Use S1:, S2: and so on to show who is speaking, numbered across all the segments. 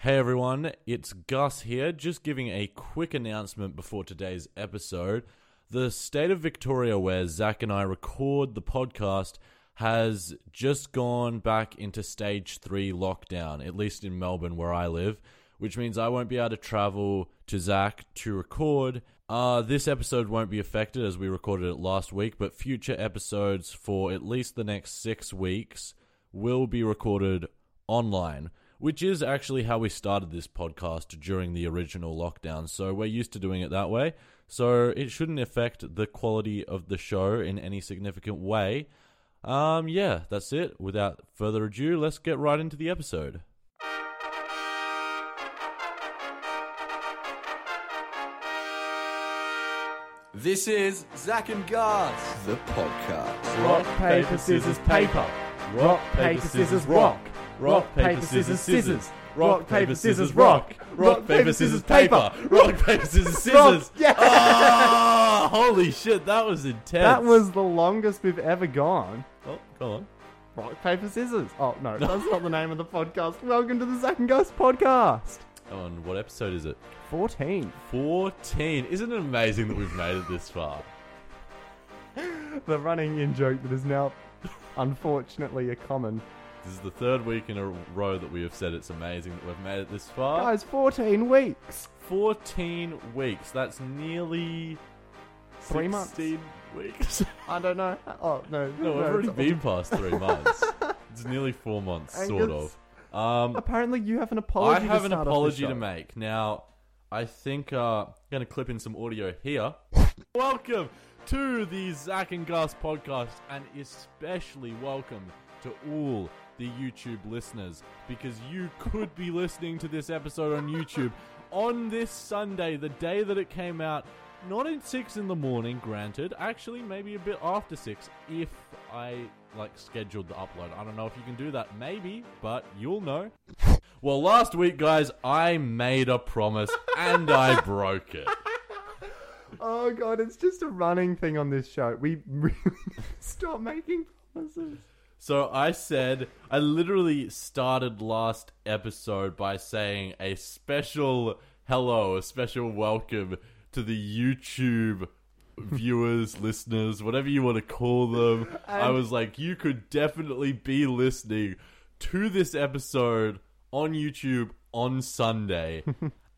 S1: Hey everyone, it's Gus here, just giving a quick announcement before today's episode. The state of Victoria, where Zach and I record the podcast, has just gone back into stage three lockdown, at least in Melbourne, where I live, which means I won't be able to travel to Zach to record. Uh, this episode won't be affected as we recorded it last week, but future episodes for at least the next six weeks will be recorded online, which is actually how we started this podcast during the original lockdown. So we're used to doing it that way. So it shouldn't affect the quality of the show in any significant way. Um, yeah, that's it. Without further ado, let's get right into the episode.
S2: This is Zach and Gus, the podcast.
S3: Rock, paper, scissors, paper. Rock, paper, scissors, rock. Rock, paper, scissors, scissors. Rock, paper, scissors, rock. Rock, paper, scissors, paper.
S1: Rock, paper, scissors, scissors.
S3: Rock, yeah.
S1: Oh, holy shit, that was intense.
S3: That was the longest we've ever gone.
S1: Oh, go on.
S3: Rock, paper, scissors. Oh, no, that's not the name of the podcast. Welcome to the Zach and Gus podcast.
S1: On what episode is it?
S3: 14.
S1: 14. Isn't it amazing that we've made it this far?
S3: The running in joke that is now, unfortunately, a common.
S1: This is the third week in a row that we have said it's amazing that we've made it this far.
S3: Guys, 14 weeks.
S1: 14 weeks. That's nearly
S3: Three months.
S1: 16 weeks.
S3: I don't know. Oh, no.
S1: no, we've already
S3: it's-
S1: been past three months. it's nearly four months, sort
S3: Angus.
S1: of. Um,
S3: Apparently, you have an
S1: I
S3: apology
S1: have
S3: to
S1: an
S3: start off the
S1: apology
S3: show.
S1: to make. Now, I think uh, I'm going to clip in some audio here. welcome to the Zach and Gus podcast, and especially welcome to all the YouTube listeners because you could be listening to this episode on YouTube on this Sunday, the day that it came out. Not at six in the morning, granted. Actually, maybe a bit after six, if I like scheduled the upload. I don't know if you can do that, maybe, but you'll know. Well, last week, guys, I made a promise and I broke it.
S3: Oh god, it's just a running thing on this show. We really stop making promises.
S1: So I said, I literally started last episode by saying a special hello, a special welcome to the YouTube viewers, listeners, whatever you want to call them. I
S3: And-
S1: was like, you could definitely be listening to this episode on YouTube on Sunday.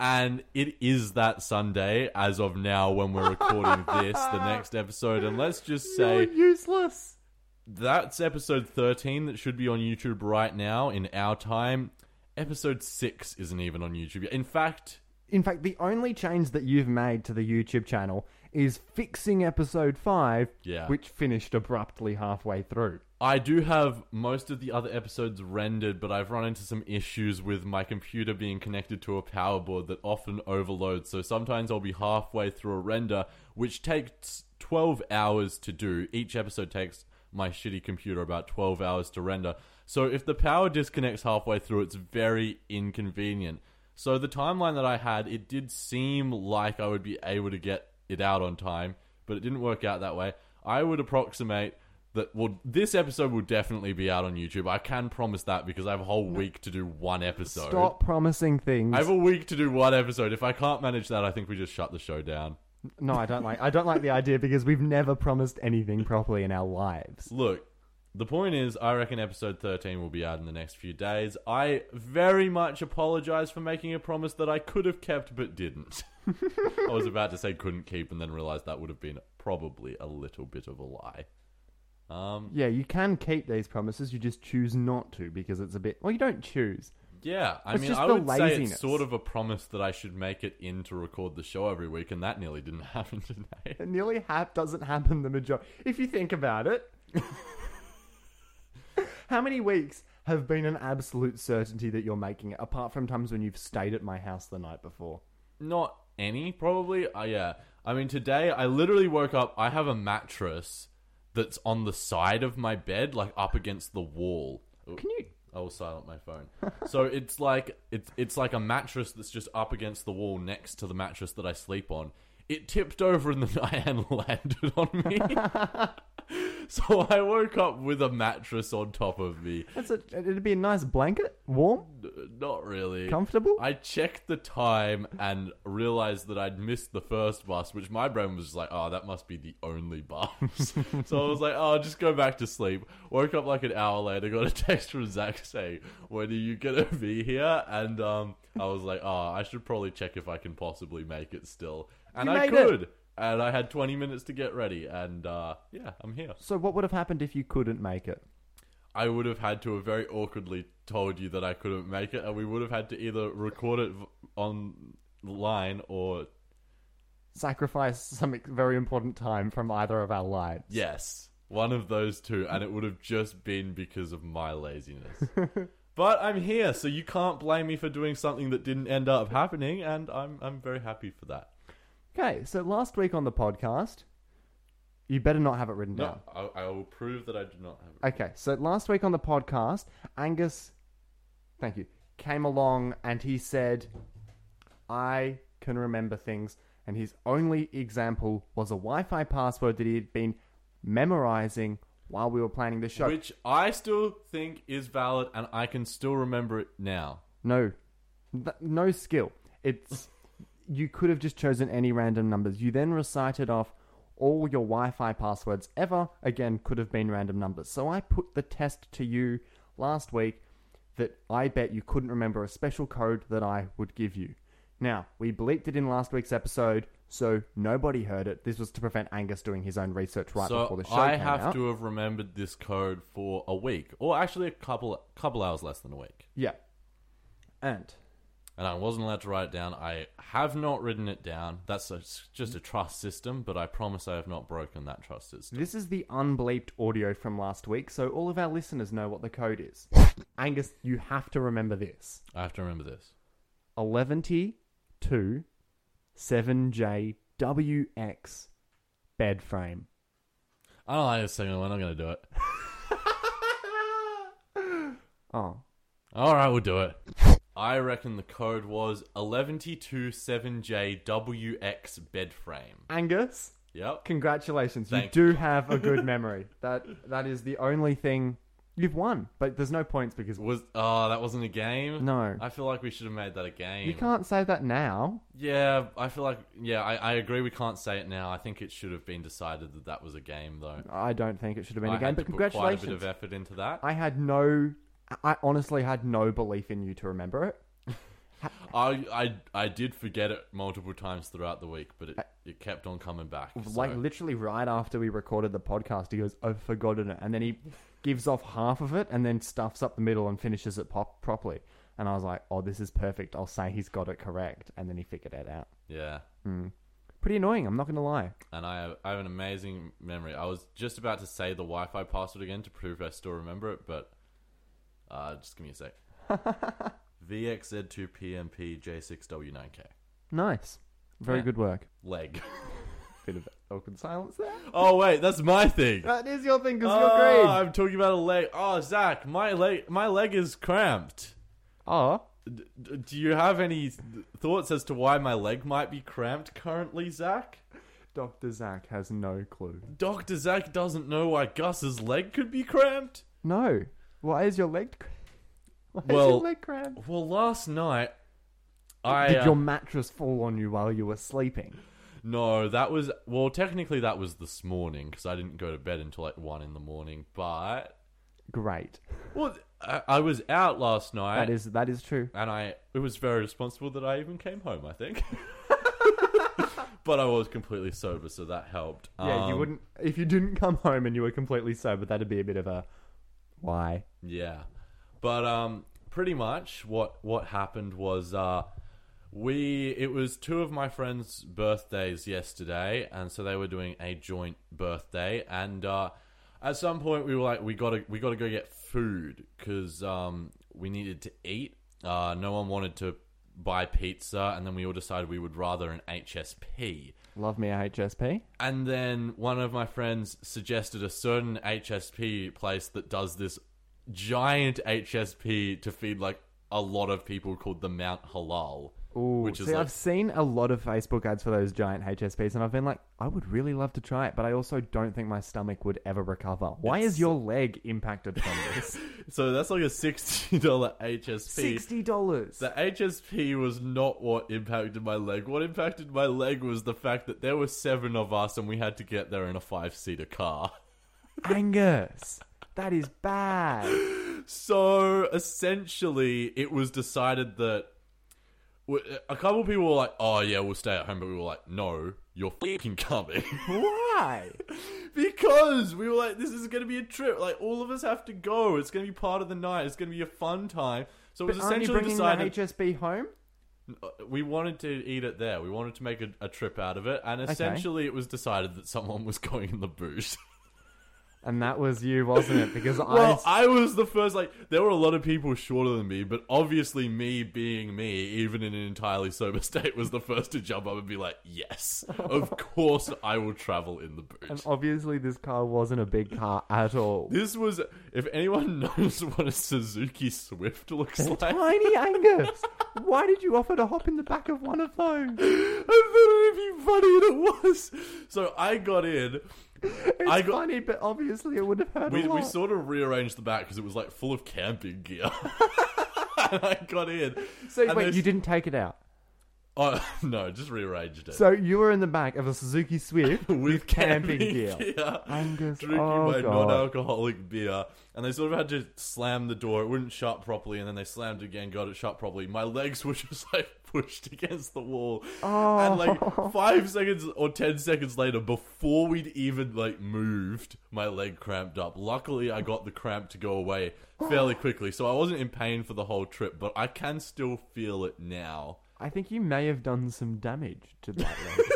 S1: And it is that Sunday as of now when we're recording this, the next episode. And let's just say
S3: You're useless.
S1: that's episode 13 that should be on YouTube right now in our time. Episode 6 isn't even on YouTube. yet. In fact,
S3: In fact, the only change that you've made to the YouTube channel is fixing episode 5,
S1: Yeah.
S3: which finished abruptly halfway through.
S1: I do have most of the other episodes rendered, but I've run into some issues with my computer being connected to a power board that often overloads. So sometimes I'll be halfway through a render, which takes 12 hours to do. Each episode takes my shitty computer about 12 hours to render. So if the power disconnects halfway through, it's very inconvenient. So the timeline that I had, it did seem like I would be able to get it out on time, but it didn't work out that way. I would approximate that well this episode will definitely be out on YouTube. I can promise that because I have a whole week to do one episode.
S3: Stop promising things.
S1: I have a week to do one episode. If I can't manage that, I think we just shut the show down.
S3: No, I don't like I don't like the idea because we've never promised anything properly in our lives.
S1: Look, the point is, I reckon episode 13 will be out in the next few days. I very much apologize for making a promise that I could have kept but didn't. I was about to say couldn't keep and then realized that would have been probably a little bit of a lie. Um,
S3: Yeah, you can keep these promises, you just choose not to because it's a bit well, you don't choose.
S1: yeah, I
S3: It's
S1: mean,
S3: just
S1: I
S3: the
S1: would say it's
S3: laziness.
S1: sort of a promise that I should make it in to record the show every week, and that nearly didn't happen today.
S3: It nearly hap doesn't happen the majority. If you think about it, how many weeks have been an absolute certainty that you're making it, apart from times when you've stayed at my house the night before?
S1: not any probably uh, yeah i mean today i literally woke up i have a mattress that's on the side of my bed like up against the wall
S3: Can you?
S1: I will silent my phone. so it's like it's it's like a mattress that's just up against the wall next to the mattress that I sleep on. It tipped over in the night and landed on me. So I woke up with a mattress on top of me.
S3: That's a, it'd be a nice blanket, warm,
S1: N- Not really.
S3: comfortable.
S1: I checked the time and realized that I'd missed the first bus, which my brain was just like, oh, that must be the only bus. so I was like, oh, just go back to sleep. Woke up like an hour later, got a text from Zach saying, when are you going to be here? And um, I was like, oh, I should probably check if I can possibly make it still. And
S3: You
S1: I
S3: made it.
S1: could. And I had 20 minutes to get ready. And uh, yeah, I'm here.
S3: so what would have happened if you couldn't make it?
S1: I would have had to have very awkwardly told you that I couldn't make it, and we would have had to either record it v- online or
S3: Sacrifice some ex- very important time from either of our lives.
S1: yes, one of those two, and it would have just been because of my laziness. but I'm here, so you can't blame me for doing something that didn't end up happening, and I'm I'm very happy for that.
S3: Okay, so last week on the podcast, you better not have it written down.
S1: No, I, I will prove that I do not have.
S3: Okay, so last week on the podcast, Angus, thank you, came along and he said, I can remember things. And his only example was a Wi Fi password that he had been memorizing while we were planning the show.
S1: Which I still think is valid, and I can still remember it now.
S3: No, Th- no skill. It's you could have just chosen any random numbers. You then recited off all your Wi-Fi passwords ever. Again, could have been random numbers. So I put the test to you last week that I bet you couldn't remember a special code that I would give you. Now we bleeped it in last week's episode, so nobody heard it. This was to prevent Angus doing his own research right
S1: so
S3: before the show
S1: I
S3: came
S1: have
S3: out.
S1: to have remembered this code for a week, or actually a couple couple hours less than a week.
S3: Yeah, and
S1: And I wasn't allowed to write it down. I have not written it down. That's a, it's just a trust system, but I promise I have not broken that trust system.
S3: This is the unbleeped audio from last week, so all of our listeners know what the code is. Angus, you have to remember this.
S1: I have to remember this.
S3: 11T2 7JWX bed frame.
S1: I don't like this segment. We're not going to do it.
S3: Oh,
S1: All right, we'll do it. I reckon the code was 11227JWX bed frame.
S3: Angus,
S1: Yep.
S3: congratulations.
S1: Thank
S3: you do have a good memory. that that is the only thing you've won, but there's no points because
S1: Was oh that wasn't a game?
S3: No.
S1: I feel like we should have made that a game.
S3: you can't say that now.
S1: Yeah, I feel like yeah, I, I agree. We can't say it now. I think it should have been decided that that was a game, though.
S3: I don't think it should have been
S1: I
S3: a game,
S1: had
S3: but
S1: to put quite a
S3: congratulations.
S1: bit of effort into that.
S3: I had no. I honestly had no belief in you to remember it.
S1: I I, I did forget it multiple times throughout the week, but it, it kept on coming back.
S3: Like
S1: so-
S3: literally right after we recorded the podcast, he goes, "I've forgotten it," and then he gives off half of it and then stuffs up the middle and finishes it pop- properly. And I was like, "Oh, this is perfect." I'll say he's got it correct, and then he figured it out.
S1: yeah,
S3: Pretty annoying. I'm not gonna lie.
S1: and I have, I have an amazing memory. I was just about to say the Wi-Fi password again to prove I still remember it, but uh, just give me a sec. VXZ2PMPJ6W9K
S3: Nice, very
S1: Yeah.
S3: good work.
S1: leg.
S3: Bit of awkward silence there.
S1: oh wait, that's my thing.
S3: That is your thing because
S1: Oh,
S3: you're green.
S1: I'm talking about a leg. Oh, Zach, my leg, my leg is cramped.
S3: Oh,
S1: D- d- do you have any th- thoughts as to why my leg might be cramped currently, Zach?
S3: Doctor Zach has no clue.
S1: Doctor Zach doesn't know why Gus's leg could be cramped.
S3: No, why is your leg? cra- Why is your
S1: Well,
S3: leg cramped?
S1: Well, last night, I
S3: Did
S1: uh,
S3: your mattress fall on you while you were sleeping?
S1: no, that was well, technically that was this morning because I didn't go to bed until like one in the morning. But
S3: Great.
S1: well, I, I was out last night.
S3: That is that is true.
S1: and I it was very responsible that I even came home. I think, but I was completely sober, so that helped.
S3: Yeah, you
S1: Um,
S3: wouldn't if you didn't come home and you were completely sober. That'd be a bit of a why.
S1: Yeah, but um, pretty much what what happened was uh, we it was two of my friends' birthdays yesterday, and so they were doing a joint birthday, and uh, at some point we were like, we gotta we gotta go get food because um, we needed to eat. Uh, no one wanted to buy pizza, and then we all decided we would rather an HSP.
S3: Love me a HSP.
S1: And then one of my friends suggested a certain HSP place that does this giant HSP to feed like a lot of people called the Mount Halal.
S3: Ooh,
S1: Which is
S3: see,
S1: like-
S3: I've seen a lot of Facebook ads for those giant HSPs, and I've been like, I would really love to try it, but I also don't think my stomach would ever recover. Why is your leg impacted from this?
S1: So that's like a sixty dollar HSP.
S3: Sixty dollars.
S1: The HSP was not what impacted my leg. What impacted my leg was the fact that there were seven of us and we had to get there in a five seater car.
S3: Angus, that is bad.
S1: So essentially, it was decided that w- a couple people were like, "Oh yeah, we'll stay at home," but we were like, "No, you're fucking coming."
S3: Why?
S1: because we were like, this is going to be a trip. Like, all of us have to go. It's going to be part of the night. It's going to be a fun time. So it
S3: But
S1: was
S3: aren't you
S1: essentially
S3: bringing
S1: decided
S3: the HSB home?
S1: uh, we wanted to eat it there. We wanted to make a, a trip out of it. And essentially, it was decided that someone was going in the boot.
S3: And that was you, wasn't it? Because I,
S1: well, I was the first. Like, there were a lot of people shorter than me, but obviously, me being me, even in an entirely sober state, was the first to jump up and be like, yes, of course, I will travel in the boot.
S3: and obviously this car wasn't a big car at all.
S1: This was, if anyone knows what a Suzuki Swift looks like, I
S3: Tiny Angus, why did you offer to hop in the back of one of those?
S1: thought it'd be funny, and it was. So I got in.
S3: It's
S1: I got-
S3: funny, but obviously it would have hurt
S1: We,
S3: a lot.
S1: we sort of rearranged the back because it was like full of camping gear. and I got in.
S3: so
S1: and
S3: wait,
S1: there's-
S3: you didn't take it out.
S1: Oh no, just rearranged it.
S3: So you were in the back of a Suzuki Swift with, camping, gear. Angus,
S1: drinking
S3: oh
S1: my
S3: God.
S1: non-alcoholic beer, and they sort of had to slam the door. It wouldn't shut properly, and then they slammed again, got it shut properly. My legs were just like pushed against the wall, and
S3: Oh.
S1: like five seconds or ten seconds later, before we'd even like moved, my leg cramped up. Luckily, I got the cramp to go away fairly quickly, so I wasn't in pain for the whole trip, but I can still feel it now.
S3: I think you may have done some damage to that. leg.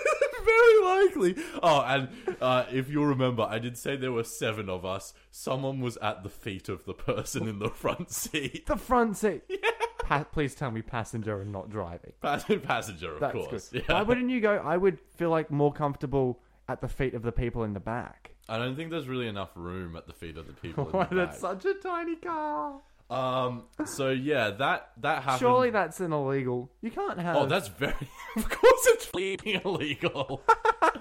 S1: Very likely. Oh, and uh, if you remember, I did say there were seven of us. Someone was at the feet of the person in the front seat.
S3: the front seat. Pa- please tell me passenger and not driving.
S1: Pass- Passenger, of
S3: That's
S1: course.
S3: good.
S1: Yeah.
S3: Why wouldn't you go? I would feel like more comfortable at the feet of the people in the back.
S1: I don't think there's really enough room at the feet of the people. In
S3: Why,
S1: the
S3: that's
S1: back.
S3: such a tiny car.
S1: Um. So yeah, that that happened.
S3: Surely that's an illegal. You can't have.
S1: Um, Oh, that's very. Of course, it's bleeding illegal.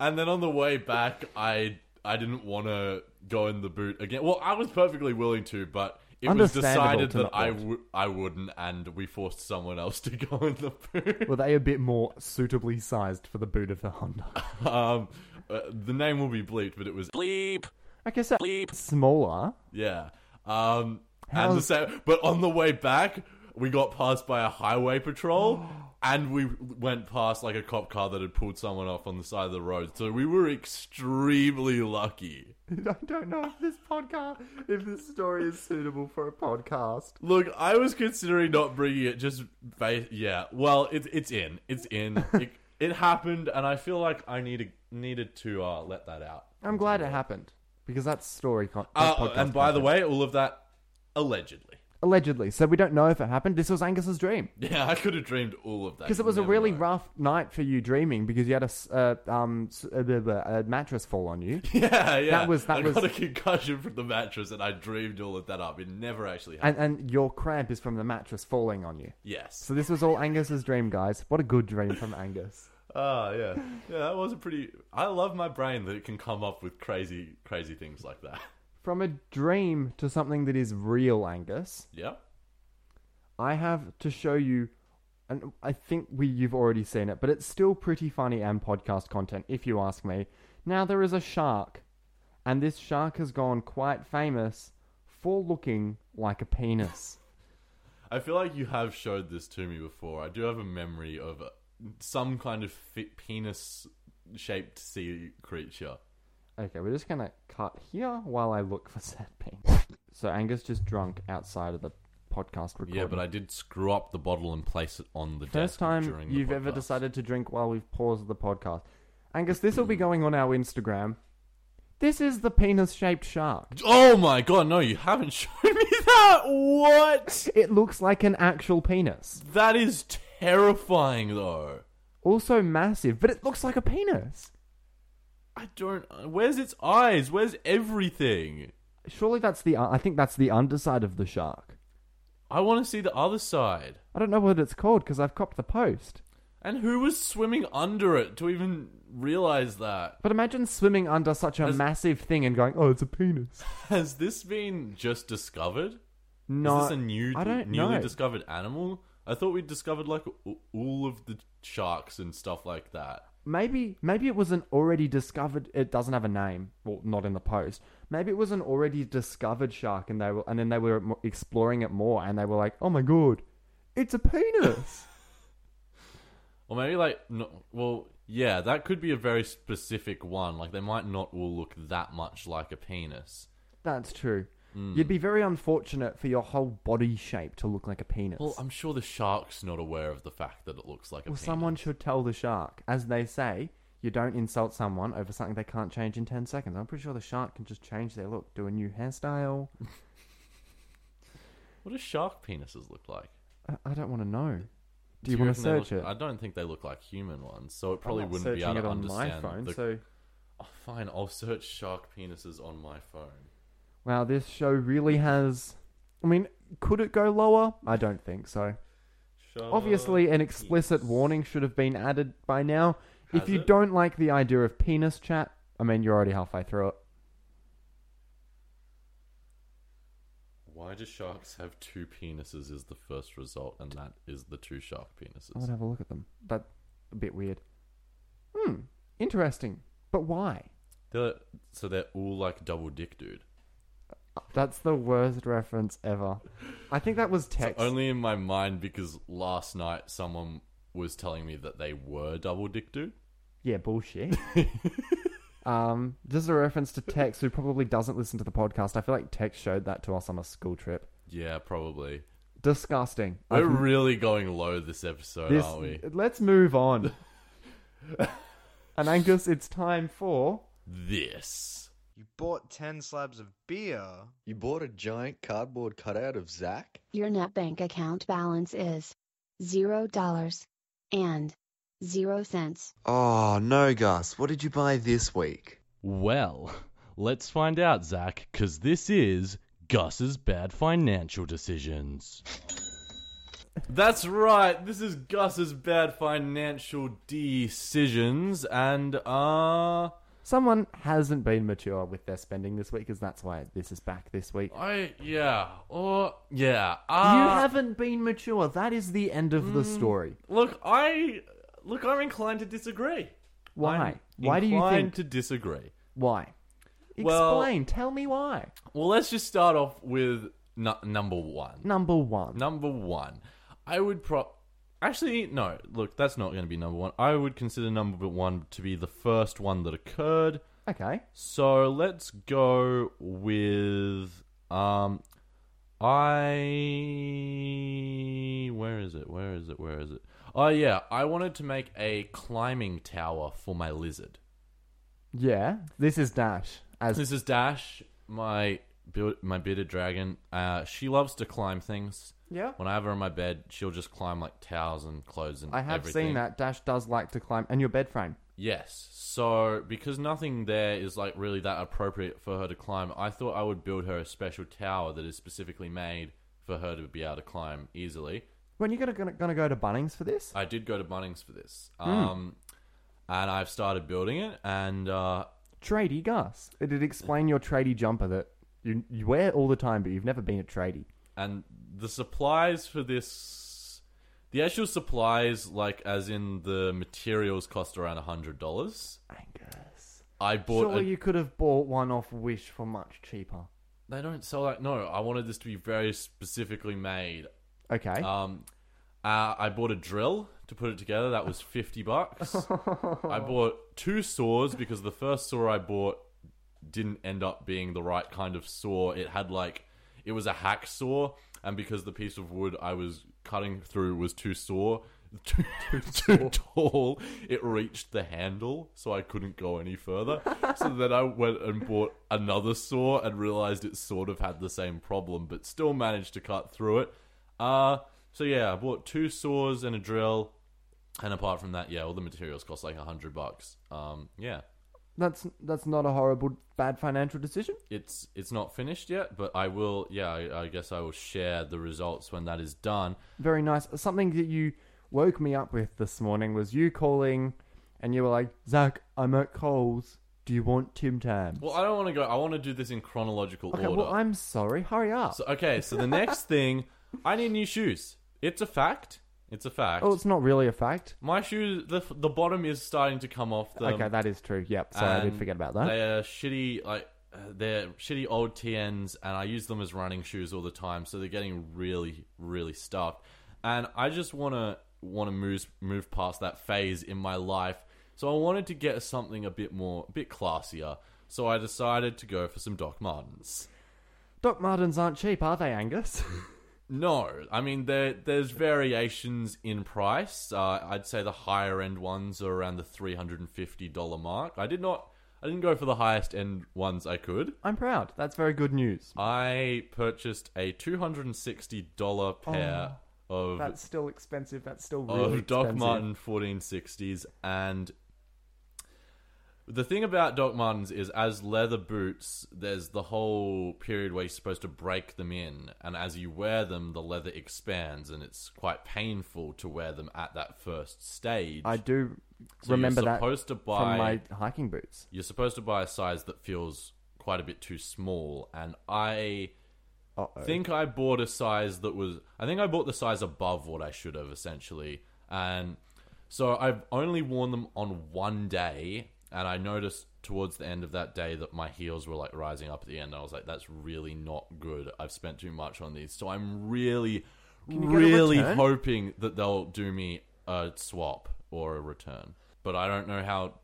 S1: and then on the way back, I I didn't want to go in the boot again. Well, I was perfectly willing to, but it was
S3: Understandable
S1: decided
S3: to
S1: that
S3: not
S1: I
S3: want.
S1: w- I wouldn't, and we forced someone else to go in the boot.
S3: Were they a bit more suitably sized for the boot of the Honda?
S1: Um, uh, the name will be bleeped, but it was bleep.
S3: Okay, so smaller.
S1: Yeah. Um, and the
S3: How's-
S1: same, but on the way back, we got passed by a highway patrol, and we went past like a cop car that had pulled someone off on the side of the road. So we were extremely lucky.
S3: I don't know if this podcast, if this story is suitable for a podcast.
S1: Look, I was considering not bringing it. Just ba- yeah. Well, it's it's in. It's in. it, it happened, and I feel like I needed needed to uh, let that out.
S3: I'm glad it happened because that's story. Con- that's
S1: Uh,
S3: podcast
S1: and by the
S3: content.
S1: way, all of that allegedly.
S3: allegedly, so we don't know if it happened. This was Angus's dream.
S1: Yeah, I could have dreamed all of that.
S3: Because it
S1: You
S3: was a
S1: never
S3: really
S1: know.
S3: rough night for you dreaming because you had a, s- uh, um, s- a, bit of a- a mattress fall on you.
S1: Yeah, yeah.
S3: was- that
S1: I
S3: was-
S1: got a concussion from the mattress, and I dreamed all of that up. It never actually happened.
S3: And, and your cramp is from the mattress falling on you.
S1: yes.
S3: So this was all Angus's dream, guys. What a good dream from Angus.
S1: Ah, yeah, yeah. That was a pretty. I love my brain that it can come up with crazy, crazy things like that.
S3: From a dream to something that is real, Angus,
S1: Yeah.
S3: I have to show you, and I think we you've already seen it, but it's still pretty funny and podcast content, if you ask me. Now there is a shark, and this shark has gone quite famous for looking like a penis.
S1: I feel like you have showed this to me before. I do have a memory of uh, some kind of fi- penis-shaped sea creature.
S3: Okay, we're just gonna cut here while I look for sad pain. so Angus just drunk outside of the podcast recording.
S1: Yeah, but I did screw up the bottle and place it on the
S3: first
S1: desk
S3: time
S1: during the
S3: you've ever
S1: podcast.
S3: decided to drink while we've paused the podcast. Angus, this will
S1: Mm.
S3: be going on our Instagram. This is the penis-shaped shark.
S1: Oh my god! No, you haven't shown me that. What?
S3: It looks like an actual penis,
S1: That is terrifying, though.
S3: also massive, but it looks like a penis.
S1: I don't. Where's its eyes? Where's everything?
S3: Surely that's the I think that's the underside of the shark.
S1: I want to see the other side.
S3: I don't know what it's called because I've copped the post.
S1: And who was swimming under it to even realize that?
S3: But imagine swimming under such a
S1: Has-
S3: massive thing and going, "Oh, it's a penis."
S1: Has this been just discovered?
S3: No,
S1: Is this a new,
S3: I don't
S1: newly
S3: know.
S1: discovered animal? I thought we discovered like a- all of the sharks and stuff like that.
S3: maybe maybe it was an already discovered. It doesn't have a name. Well, not in the post. Maybe it was an already discovered shark, and they were, and then they were mo- exploring it more, and they were like, "Oh my god, it's a penis."
S1: Or maybe like, no, well, yeah, that could be a very specific one. Like they might not all look that much like a penis.
S3: That's true.
S1: Hmm.
S3: You'd be very unfortunate for your whole body shape to look like a penis.
S1: Well, I'm sure the shark's not aware of the fact that it looks like a
S3: Well,
S1: penis.
S3: someone should tell the shark, as they say, you don't insult someone over something they can't change in 10 seconds. I'm pretty sure the shark can just change their look, do a new hairstyle.
S1: What do shark penises look like?
S3: I, I don't want to know. Do you, want to
S1: reckon they
S3: search
S1: look-
S3: it?
S1: I don't think they look like human ones, so it
S3: I'm
S1: probably
S3: not
S1: wouldn't be
S3: searching
S1: able
S3: it
S1: to
S3: on
S1: understand.
S3: my phone.
S1: the-
S3: So,
S1: Oh, fine, I'll search shark penises on my phone.
S3: wow, this show really has. I mean, could it go lower? I don't think so.
S1: Shark
S3: Obviously, an explicit
S1: penis.
S3: warning should have been added by now. if
S1: Has
S3: you
S1: it?
S3: don't like the idea of penis chat, I mean, you're already halfway through it.
S1: Why do sharks have two penises? Is the first result, and that is the two shark
S3: I would
S1: penises.
S3: have a look at them. That's a bit weird. Hmm, interesting. But why?
S1: They're, so they're all like double dick, dude.
S3: That's the worst reference ever. I think that was
S1: So
S3: text.
S1: only in my mind because last night someone was telling me that they were double dick, dude.
S3: yeah, bullshit. um, this is a reference to Tex, who probably doesn't listen to the podcast. I feel like Tex showed that to us on a school trip.
S1: Yeah, probably.
S3: Disgusting.
S1: We're
S3: I've-
S1: really going low this episode,
S3: this-
S1: aren't we?
S3: Let's move on. and Angus, it's time for.
S1: This.
S4: You bought 10 slabs of beer.
S2: You bought a giant cardboard cutout of Zack?
S5: Your net bank account balance is zero dollars and zero cents.
S2: Oh, no, Gus. What did you buy this week?
S1: Well, let's find out, Zach, because this is Gus's Bad Financial Decisions. That's right, this is Gus's Bad Financial Decisions, and, uh,
S3: Someone hasn't been mature with their spending this week, because that's why this is back this week.
S1: I, yeah, or, yeah,
S3: you
S1: uh, mm,
S3: haven't been mature. That is the end of the story.
S1: look, I, look, I'm inclined to disagree.
S3: Why?
S1: I'm
S3: why do you
S1: inclined
S3: think?
S1: to disagree?
S3: Why?
S1: Well-
S3: Explain. Tell me why.
S1: Well, let's just start off with nu- number one.
S3: Number one.
S1: Number one, I would pro. Actually, no. Look, that's not going to be number one. I would consider number one to be the first one that occurred.
S3: Okay.
S1: So let's go with um, I. Where is it? Where is it? Where is it? Oh yeah, I wanted to make a climbing tower for my lizard.
S3: Yeah. This is Dash. As
S1: This is Dash, my beard- my bearded dragon. Uh, she loves to climb things.
S3: yeah.
S1: When I have her in my bed, she'll just climb like towels and clothes and
S3: I have
S1: everything.
S3: seen that Dash does like to climb, and your bed frame.
S1: Yes. So because nothing there is like really that appropriate for her to climb, I thought I would build her a special tower that is specifically made for her to be able to climb easily.
S3: When you gonna gonna, gonna go to Bunnings for this?
S1: I did go to Bunnings for this.
S3: Hmm.
S1: Um and I've started building it and uh
S3: Tradie Gus. It'd explain your tradie jumper that you you wear all the time, but you've never been a tradie.
S1: and the supplies for this the actual supplies like as in the materials cost around a hundred dollars.
S3: Angus.
S1: I bought
S3: Surely
S1: a
S3: you could have bought one off Wish for much cheaper.
S1: They don't sell that. No, I wanted this to be very specifically made.
S3: Okay.
S1: Um, uh, I bought a drill to put it together. That was fifty bucks. I bought two saws because the first saw I bought didn't end up being the right kind of saw. It had like it was a hack saw, and because the piece of wood I was cutting through was too saw, too, too tall, it reached the handle, so I couldn't go any further. so then I went and bought another saw and realized it sort of had the same problem, but still managed to cut through it. Uh so yeah, I bought two saws and a drill. And apart from that, yeah, all the materials cost like a hundred bucks. Um, yeah,
S3: That's that's not a horrible bad financial decision.
S1: It's it's not finished yet, but I will. Yeah, I, I guess I will share the results when that is done.
S3: Very nice. Something that you woke me up with this morning was you calling, and you were like, "Zach, I'm at Coles. Do you want Tim Tam?"
S1: Well, I don't want to go. I want to do this in chronological
S3: okay.
S1: order.
S3: Well, I'm sorry. Hurry up.
S1: So, okay, so the next thing, I need new shoes. It's a fact. It's a fact.
S3: oh, it's not really a fact.
S1: My shoes, the the bottom is starting to come off them.
S3: okay, that is true. Yep. Sorry, I did
S1: um, and
S3: forget about that.
S1: They are shitty, like uh, they're shitty old TNs, and I use them as running shoes all the time, so they're getting really, really stuffed. And I just wanna wanna move move past that phase in my life. So I wanted to get something a bit more, a bit classier. So I decided to go for some Doc Martens.
S3: Doc Martens aren't cheap, are they, Angus?
S1: No, I mean there there's variations in price. Uh, I'd say the higher end ones are around the three hundred and fifty dollar mark. I did not, I didn't go for the highest end ones I could.
S3: I'm proud. That's very good news.
S1: I purchased a two hundred and sixty dollar pair of
S3: Oh, That's still expensive. That's still really
S1: of Doc
S3: expensive.
S1: Martin fourteen sixties, and the thing about Doc Martens is, as leather boots, there's the whole period where you're supposed to break them in, and as you wear them, the leather expands, and it's quite painful to wear them at that first stage.
S3: I do
S1: So
S3: remember
S1: you're
S3: that
S1: supposed to buy
S3: from my hiking boots.
S1: you're supposed to buy a size that feels quite a bit too small, and I
S3: Uh-oh.
S1: think I bought a size that was. I think I bought the size above what I should have, essentially. And so I've only worn them on one day, and I noticed towards the end of that day that my heels were like rising up at the end. I was like, that's really not good. I've spent too much on these. So I'm really,
S3: you get a
S1: really
S3: return?
S1: hoping that they'll do me a swap or a return. But I don't know how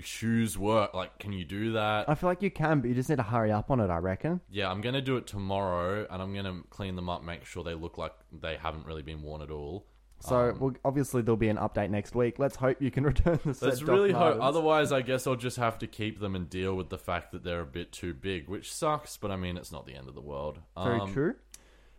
S1: shoes work. Like, can you do that?
S3: I feel like you can, but you just need to hurry up on it. I reckon.
S1: Yeah, I'm gonna do it tomorrow, and I'm gonna clean them up, make sure they look like they haven't really been worn at all.
S3: So
S1: Um,
S3: well, obviously there'll be an update next week. Let's hope you can return the set.
S1: Let's
S3: Doc
S1: really hope.
S3: Martens.
S1: Otherwise, I guess I'll just have to keep them and deal with the fact that they're a bit too big, which sucks. But I mean, it's not the end of the world.
S3: Very
S1: Um,
S3: true.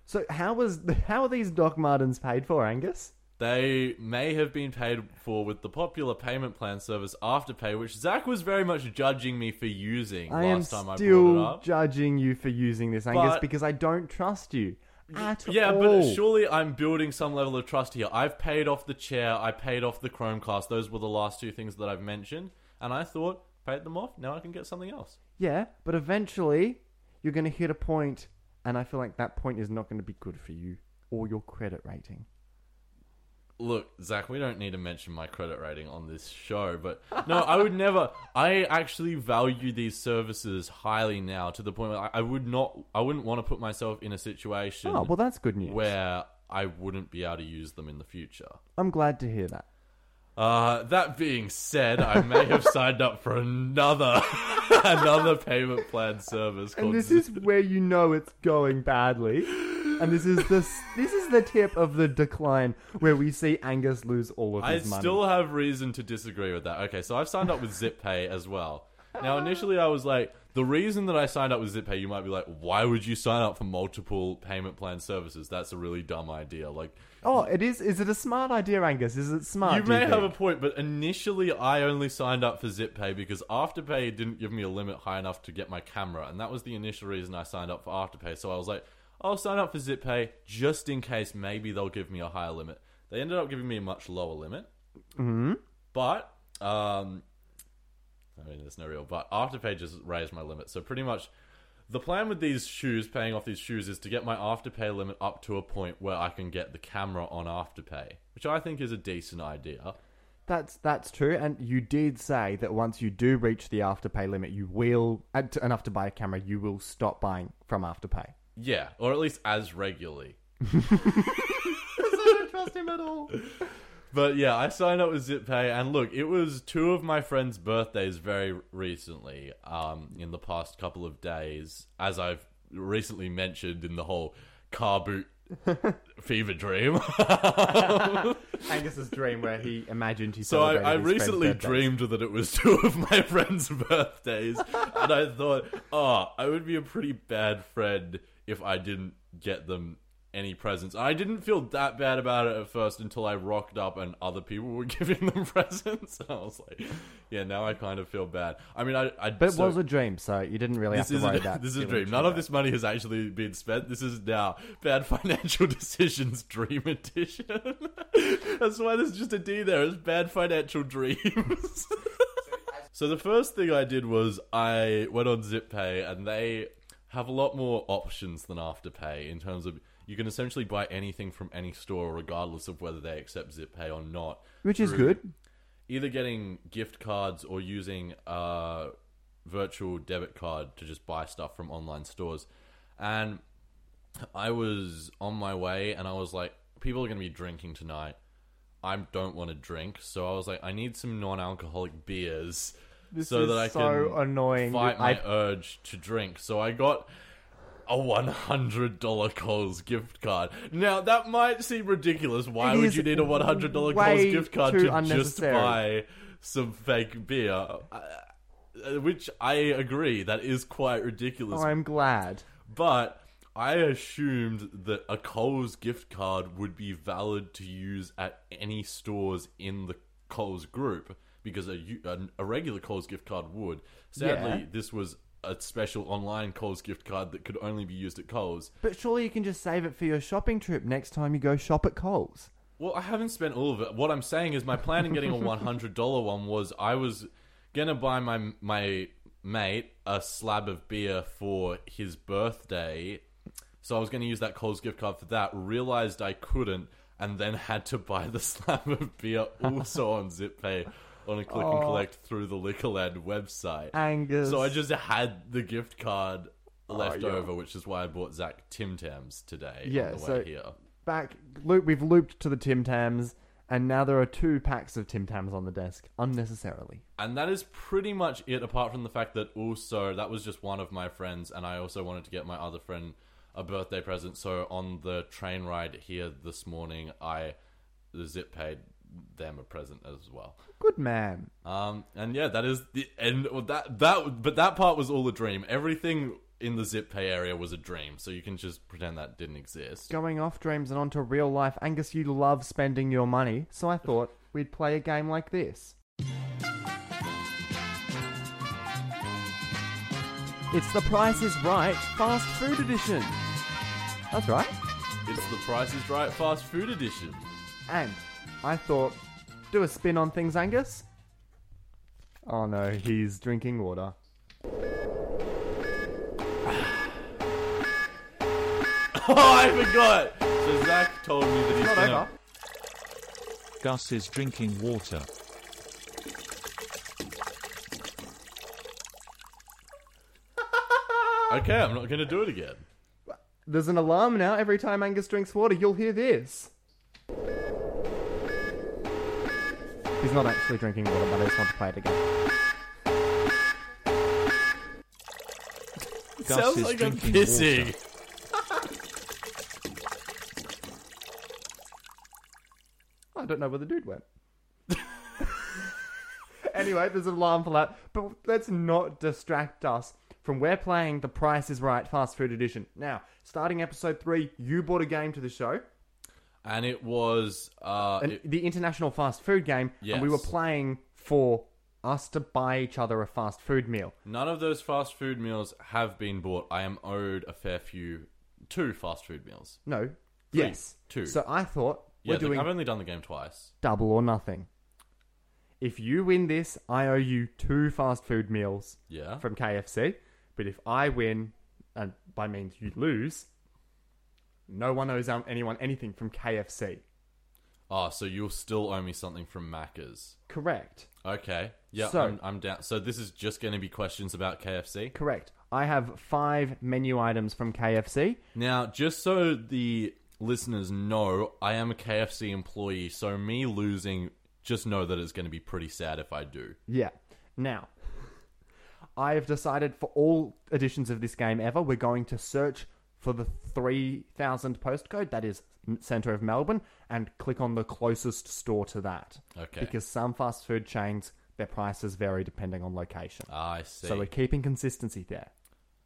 S3: So how was how are these Doc Martens paid for, Angus?
S1: They may have been paid for with the popular payment plan service Afterpay, which Zach was very much judging me for using
S3: I am
S1: last time I brought it
S3: still
S1: up.
S3: judging you for using this, Angus,
S1: But-
S3: because I don't trust you at
S1: yeah,
S3: all.
S1: but surely I'm building some level of trust here. I've paid off the chair, I paid off the Chromecast. Those were the last two things that I've mentioned, and I thought paid them off. Now I can get something else.
S3: Yeah, but eventually you're going to hit a point, and I feel like that point is not going to be good for you or your credit rating.
S1: Look, Zach, we don't need to mention my credit rating on this show, but no, I would never. I actually value these services highly now to the point where I, I would not, I wouldn't want to put myself in a situation
S3: Oh, well, that's good news.
S1: Mm. where I wouldn't be able to use them in the future.
S3: I'm glad to hear that.
S1: Uh, that being said, I may have signed up for another another payment plan service
S3: And
S1: called
S3: this is where you know it's going badly. And this is the this is the tip of the decline where we see Angus lose all of
S1: I
S3: his money.
S1: still have reason to disagree with that. Okay, so I've signed up with ZipPay as well. Now, initially, I was like, the reason that I signed up with ZipPay, you might be like, why would you sign up for multiple payment plan services? That's a really dumb idea. Like,
S3: Oh, it is. Is it a smart idea, Angus? Is it smart?
S1: you
S3: do
S1: may have a
S3: think?
S1: point, but initially, I only signed up for ZipPay because Afterpay didn't give me a limit high enough to get my camera, and that was the initial reason I signed up for Afterpay. So I was like, I'll sign up for ZipPay just in case maybe they'll give me a higher limit. They ended up giving me a much lower limit. But um, I mean, there's no real but. Afterpay just raised my limit, so pretty much the plan with these shoes, paying off these shoes, is to get my Afterpay limit up to a point where I can get the camera on Afterpay, which I think is a decent idea.
S3: That's that's true. And you did say that once you do reach the afterpay limit, you will and to- enough to buy a camera. You will stop buying from afterpay.
S1: Yeah, or at least as regularly.
S3: Trust him at all.
S1: But yeah, I signed up with ZipPay, and look, it was two of my friends' birthdays very recently, um, in the past couple of days, as I've recently mentioned in the whole car boot fever dream.
S3: Angus's dream where he imagined he.
S1: So I,
S3: celebrated
S1: I
S3: his friend's
S1: recently
S3: birthday.
S1: dreamed that it was two of my friends' birthdays, and I thought, oh, I would be a pretty bad friend if I didn't get them any presents. I didn't feel that bad about it at first until I rocked up and other people were giving them presents. I was like, yeah, now I kind of feel bad. I mean, I, I
S3: But it
S1: so-
S3: was a dream, so you didn't really have
S1: this
S3: to
S1: is
S3: worry
S1: a,
S3: about.
S1: this is a
S3: feeling
S1: dream.
S3: too
S1: None of
S3: bad.
S1: this money has actually been spent. This is now bad financial decisions dream edition. That's why there's just a D there. It's bad financial dreams. so the first thing I did was I went on ZipPay, and they have a lot more options than Afterpay in terms of you can essentially buy anything from any store, regardless of whether they accept ZipPay or not.
S3: which is
S1: through-
S3: good.
S1: either getting gift cards or using a virtual debit card to just buy stuff from online stores. And I was on my way and I was like, people are going to be drinking tonight. I don't want to drink. So I was like, I need some non alcoholic beers.
S3: This
S1: so
S3: is
S1: that I
S3: so
S1: can
S3: annoying.
S1: fight my
S3: I-
S1: urge to drink. So I got a one hundred dollar Coles gift card. Now that might seem ridiculous. Why
S3: It
S1: would
S3: is
S1: you need a one hundred dollar Coles
S3: way
S1: gift card
S3: too
S1: to just
S3: unnecessary.
S1: buy some fake beer? Uh, uh, Which I agree, that is quite ridiculous.
S3: oh, I'm glad.
S1: But I assumed that a Coles gift card would be valid to use at any stores in the Coles group because a, u- an- a regular Coles gift card would. Sadly,
S3: Yeah.
S1: this was a special online Coles gift card that could only be used at Coles.
S3: But surely you can just save it for your shopping trip next time you go shop at Coles.
S1: Well, I haven't spent all of it. What I'm saying is, my plan in getting a one hundred dollar one was I was gonna buy my my mate a slab of beer for his birthday, so I was gonna use that Coles gift card for that. Realized I couldn't, and then had to buy the slab of beer also on ZipPay on a click and collect through the Liquorland website.
S3: Angus.
S1: So I just had the gift card left over, which is why I bought Zach Tim Tams today.
S3: Yeah,
S1: on the way
S3: so-
S1: here.
S3: back loop we've looped to the Tim Tams and now there are two packs of Tim Tams on the desk unnecessarily.
S1: And that is pretty much it, apart from the fact that also that was just one of my friends, and I also wanted to get my other friend a birthday present. So on the train ride here this morning, I zip paid them a present as well.
S3: Good man.
S1: Um, and yeah, that is the end. Well, that that but that part was all a dream. Everything in the zip pay area was a dream, so you can just pretend that didn't exist.
S3: Going off dreams and onto real life. Angus, you love spending your money, so I thought we'd play a game like this. It's the Price is Right Fast Food Edition. That's right.
S1: It's the Price is Right fast food edition.
S3: And I thought, do a spin on things, Angus. Oh no, he's drinking water.
S1: Oh, I forgot. So Zach told me that he's
S3: Not
S1: gonna.
S3: over.
S6: Gus is drinking water.
S1: Okay, I'm not gonna do it again.
S3: There's an alarm now. Every time Angus drinks water, you'll hear this. He's not actually drinking water, but I just want to play it again.
S6: Gus
S1: Sounds
S6: is
S1: like I'm
S6: drinking
S1: pissing.
S6: water.
S3: I don't know where the dude went. anyway, there's an alarm for that. But let's not distract us from we're playing The Price is Right Fast Food Edition. Now, starting episode three, you brought a game to the show,
S1: And it was uh,
S3: an,
S1: it-
S3: the international fast food game, and we were
S1: Yes.
S3: playing for us to buy each other a fast food meal.
S1: none of those fast food meals have been bought. I am owed a fair few two fast food meals.
S3: No.
S1: Three.
S3: Yes.
S1: Two.
S3: So I thought
S1: Yeah,
S3: we're
S1: the-
S3: doing
S1: I've only done the game twice.
S3: double or nothing. If you win this, I owe you two fast food meals
S1: Yeah.
S3: from KFC. But if I win, and by means you lose, no one owes um, anyone anything from KFC.
S1: Ah, so you'll still owe me something from Macca's.
S3: Correct.
S1: Okay. Yeah,
S3: So-
S1: I'm, I'm down. So this is just going to be questions about KFC.
S3: Correct. I have five menu items from KFC.
S1: Now, just so the listeners know, I am a KFC employee, so me losing, just know that it's going to be pretty sad if I do.
S3: Yeah. Now, I have decided for all editions of this game ever, we're going to search for the 3000 postcode, that is m- centre of Melbourne, and click on the closest store to that.
S1: Okay.
S3: Because some fast food chains, their prices vary depending on location.
S1: I see.
S3: So we're keeping consistency there.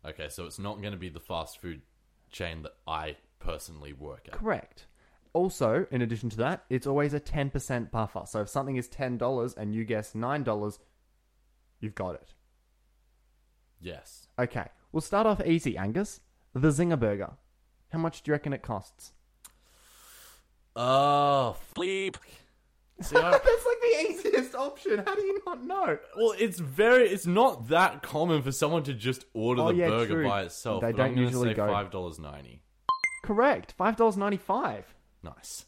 S1: Okay, so it's not going to be the fast food chain that I personally work at.
S3: Correct. Also, in addition to that, it's always a 10% buffer. So if something is $10 and you guess $9, you've got it.
S1: Yes.
S3: Okay, we'll start off easy, Angus. The Zinger Burger. How much do you reckon it costs?
S1: Oh, flip. See, I,
S3: That's like the easiest option. How do you not know?
S1: well, it's very, it's not that common for someone to just order
S3: Oh,
S1: the
S3: yeah,
S1: burger
S3: true.
S1: by itself.
S3: They
S1: but
S3: don't
S1: I'm gonna
S3: usually
S1: say
S3: go.
S1: five dollars ninety.
S3: Correct. $5.95.
S1: Nice.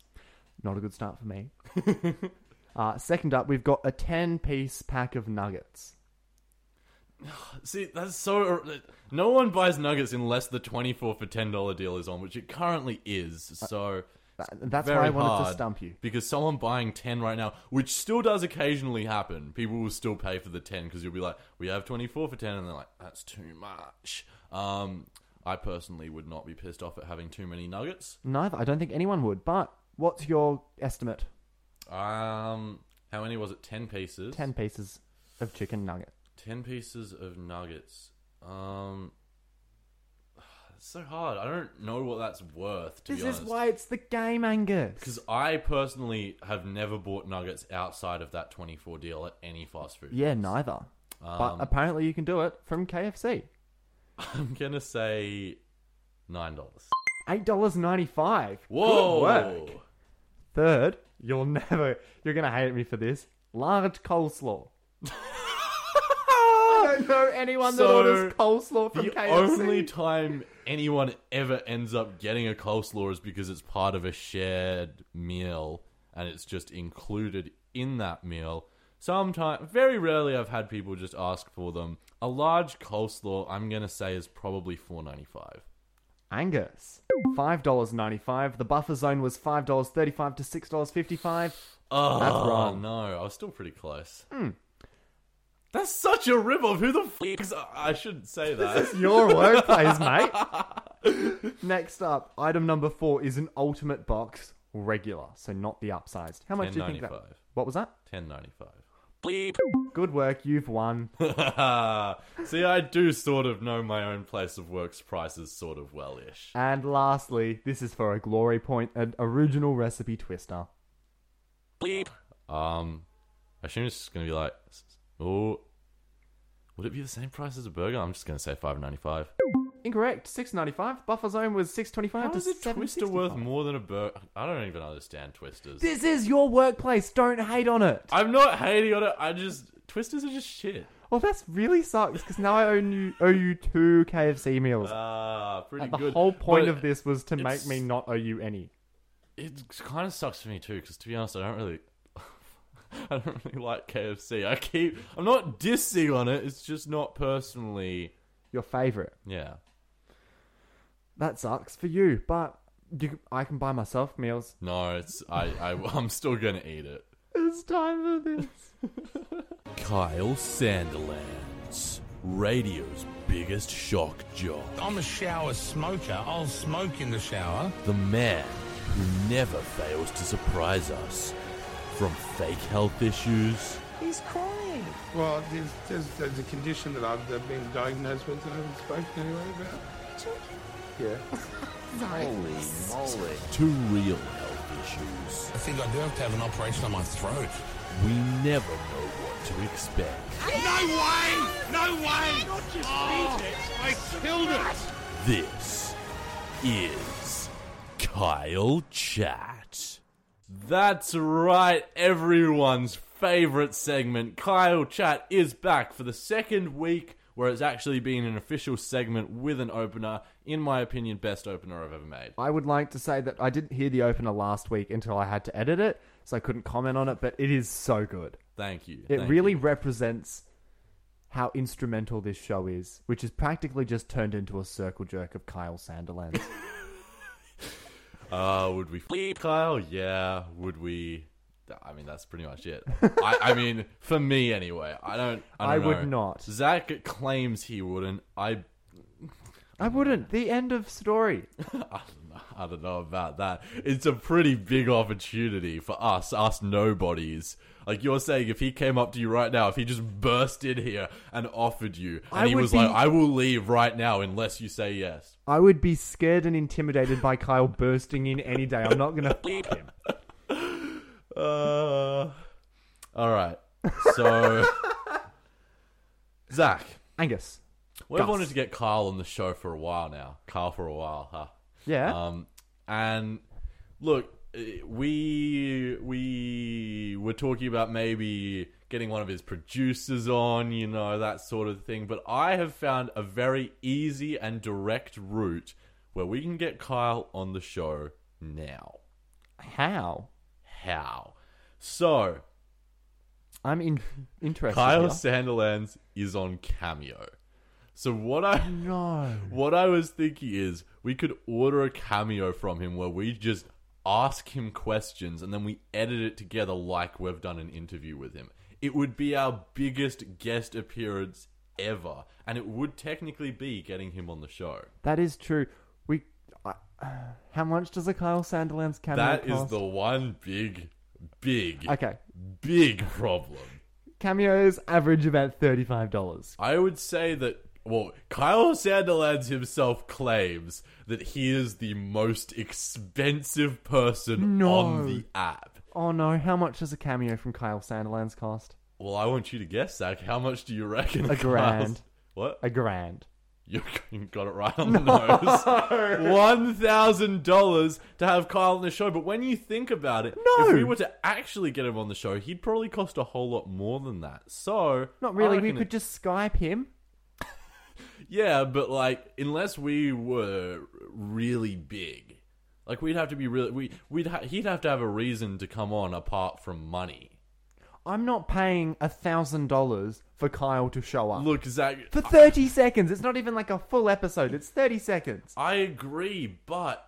S3: Not a good start for me. uh, second up, we've got a 10 piece pack of nuggets.
S1: See, that's so. No one buys nuggets unless the twenty-four for ten dollar deal is on, which it currently is. So
S3: That- Uh, that's
S1: very
S3: why I wanted to
S1: hard,
S3: stump you.
S1: because someone buying ten right now, which still does occasionally happen, people will still pay for the ten because you'll be like, we have twenty-four for ten, and they're like, that's too much. Um, I personally would not be pissed off at having too many nuggets.
S3: Neither. I don't think anyone would, but what's your estimate?
S1: Um, how many was it? Ten pieces.
S3: 10 pieces of chicken nugget.
S1: Ten pieces of nuggets. Um, it's so hard. I don't know what that's worth. To
S3: This
S1: be
S3: is
S1: honest.
S3: why it's the game, Angus.
S1: Because I personally have never bought nuggets outside of that 24 deal at any fast food.
S3: Yeah, neither. but
S1: Um,
S3: apparently you can do it from KFC.
S1: I'm going to say $9.
S3: Eight dollars ninety five.
S1: Whoa.
S3: Good work. Third, you'll never you're gonna hate me for this. Large coleslaw. I don't know anyone that
S1: So,
S3: orders coleslaw from
S1: The
S3: KFC.
S1: only time anyone ever ends up getting a coleslaw is because it's part of a shared meal and it's just included in that meal. Sometimes, very rarely, I've had people just ask for them. A large coleslaw, I'm going to say, is probably 4.95.
S3: Angus. Five dollars ninety five. The buffer zone was five dollars thirty five to six dollars fifty five.
S1: Oh,
S3: That's wrong. Hmm.
S1: No, I was still pretty close. That's such a rip-off. Who the f is... I shouldn't say that.
S3: Your workplace, mate. Next up, item number four is an ultimate box regular, so not the upsized. How much do you think that?
S1: 10.95.
S3: What was that?
S1: Ten ninety-five.
S3: Good work, you've won.
S1: See, I do sort of know my own place of work's prices sort of well-ish.
S3: and lastly, this is for a glory point, an original recipe twister.
S1: Um, I assume it's just going to be like... Oh... Would it be the same price as a burger? I'm just going to say five ninety-five.
S3: Incorrect. Six ninety five. Buffer zone was six twenty five
S1: How
S3: to
S1: is a twister worth
S3: 7.65.
S1: more than a burger? I don't even understand twisters.
S3: This is your workplace. Don't hate on it.
S1: I'm not hating on it. I just twisters are just shit.
S3: Well, that's really sucks because now I owe you owe you two KFC meals.
S1: Ah, pretty
S3: And the
S1: good.
S3: whole point
S1: But-
S3: of this was to make
S1: it's-
S3: me not owe you any.
S1: it kind of sucks for me too because to be honest i don't really i don't really like kfc i keep i'm not dissing on it it's just not personally
S3: Your favorite.
S1: yeah
S3: That sucks for you, but you, I can buy myself meals.
S1: no it's i, I i'm still gonna eat it
S3: It's time for this.
S1: kyle sanderlands radio's biggest shock jock
S7: I'm a shower smoker. I'll smoke in the shower.
S1: the man who never fails to surprise us from fake health issues
S8: Well, there's, there's, there's a condition that I've I've been diagnosed with that I haven't spoken to anyone about.
S1: to real health issues
S7: I think I do have to have an operation on my throat.
S1: We never know what to expect.
S7: No way! No way! Not just beat it. I killed it.
S1: This is Kyle Chat. That's right, everyone's favorite segment, Kyle Chat, is back for the second week where it's actually been an official segment with an opener. In my opinion, best opener I've ever made.
S3: I would like to say that I didn't hear the opener last week until I had to edit it, so I couldn't comment on it, but it is so good.
S1: Thank you.
S3: It
S1: thank
S3: really
S1: you.
S3: represents how instrumental this show is, which is practically just turned into a circle jerk of Kyle Sanderlands.
S1: Uh, would we f- Kyle? Yeah. Would we? I mean, that's pretty much it. I, I mean, for me anyway. I don't. I,
S3: I
S1: don't
S3: would
S1: know.
S3: not.
S1: Zach claims he wouldn't. I.
S3: I wouldn't. The end of story.
S1: I, I don't know about that. It's a pretty big opportunity for us, us nobodies. Like you're saying, if he came up to you right now, if he just burst in here and offered you, and
S3: I
S1: he
S3: would
S1: was like,
S3: be-
S1: "I will leave right now unless you say yes."
S3: I would be scared and intimidated by Kyle bursting in any day. I'm not gonna f him.
S1: Uh, all right. So, Zach,
S3: Angus.
S1: we've
S3: Gus.
S1: wanted to get Kyle on the show for a while now. Kyle for a while, huh?
S3: Yeah.
S1: Um, and look, eh, we we were talking about maybe getting one of his producers on, you know, that sort of thing. But I have found a very easy and direct route where we can get Kyle on the show now.
S3: How?
S1: How? So
S3: I'm in- interested.
S1: Kyle
S3: here.
S1: Sanderlands is on Cameo. So what I
S3: no.
S1: what I was thinking is we could order a cameo from him where we just ask him questions and then we edit it together like we've done an interview with him. It would be our biggest guest appearance ever, and it would technically be getting him on the show.
S3: That is true. We. I how much does a Kyle Sanderlands cameo
S1: That is
S3: cost?
S1: the one big, big,
S3: Okay.
S1: big problem.
S3: Cameos average about thirty-five dollars.
S1: I would say that well, Kyle Sanderlands himself claims that he is the most expensive person
S3: No.
S1: on the app.
S3: Oh no! How much does a cameo from Kyle Sanderlands cost?
S1: Well, I want you to guess, Zach. How much do you reckon?
S3: A
S1: Kyle's-
S3: grand.
S1: What?
S3: A grand.
S1: You got it right on the nose. One thousand dollars to have Kyle on the show, but when you think about it,
S3: No.
S1: if we were to actually get him on the show, he'd probably cost a whole lot more than that. So
S3: Not
S1: I
S3: really. We
S1: reckon
S3: could
S1: it-
S3: just Skype him.
S1: Yeah, but like unless we were really big, like we'd have to be really we we'd ha- he'd have to have a reason to come on apart from money.
S3: I'm not paying a thousand dollars for Kyle to show up
S1: Look, Zach,
S3: for thirty seconds. It's not even like a full episode. It's thirty seconds.
S1: I agree, but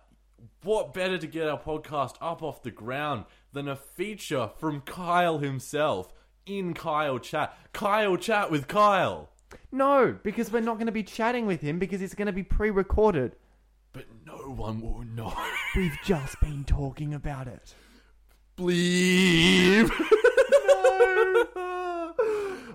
S1: what better to get our podcast up off the ground than a feature from Kyle himself in Kyle chat? Kyle chat with Kyle.
S3: No, because we're not going to be chatting with him because it's going to be pre-recorded.
S1: But no one will know.
S3: We've just been talking about it.
S1: Bleep.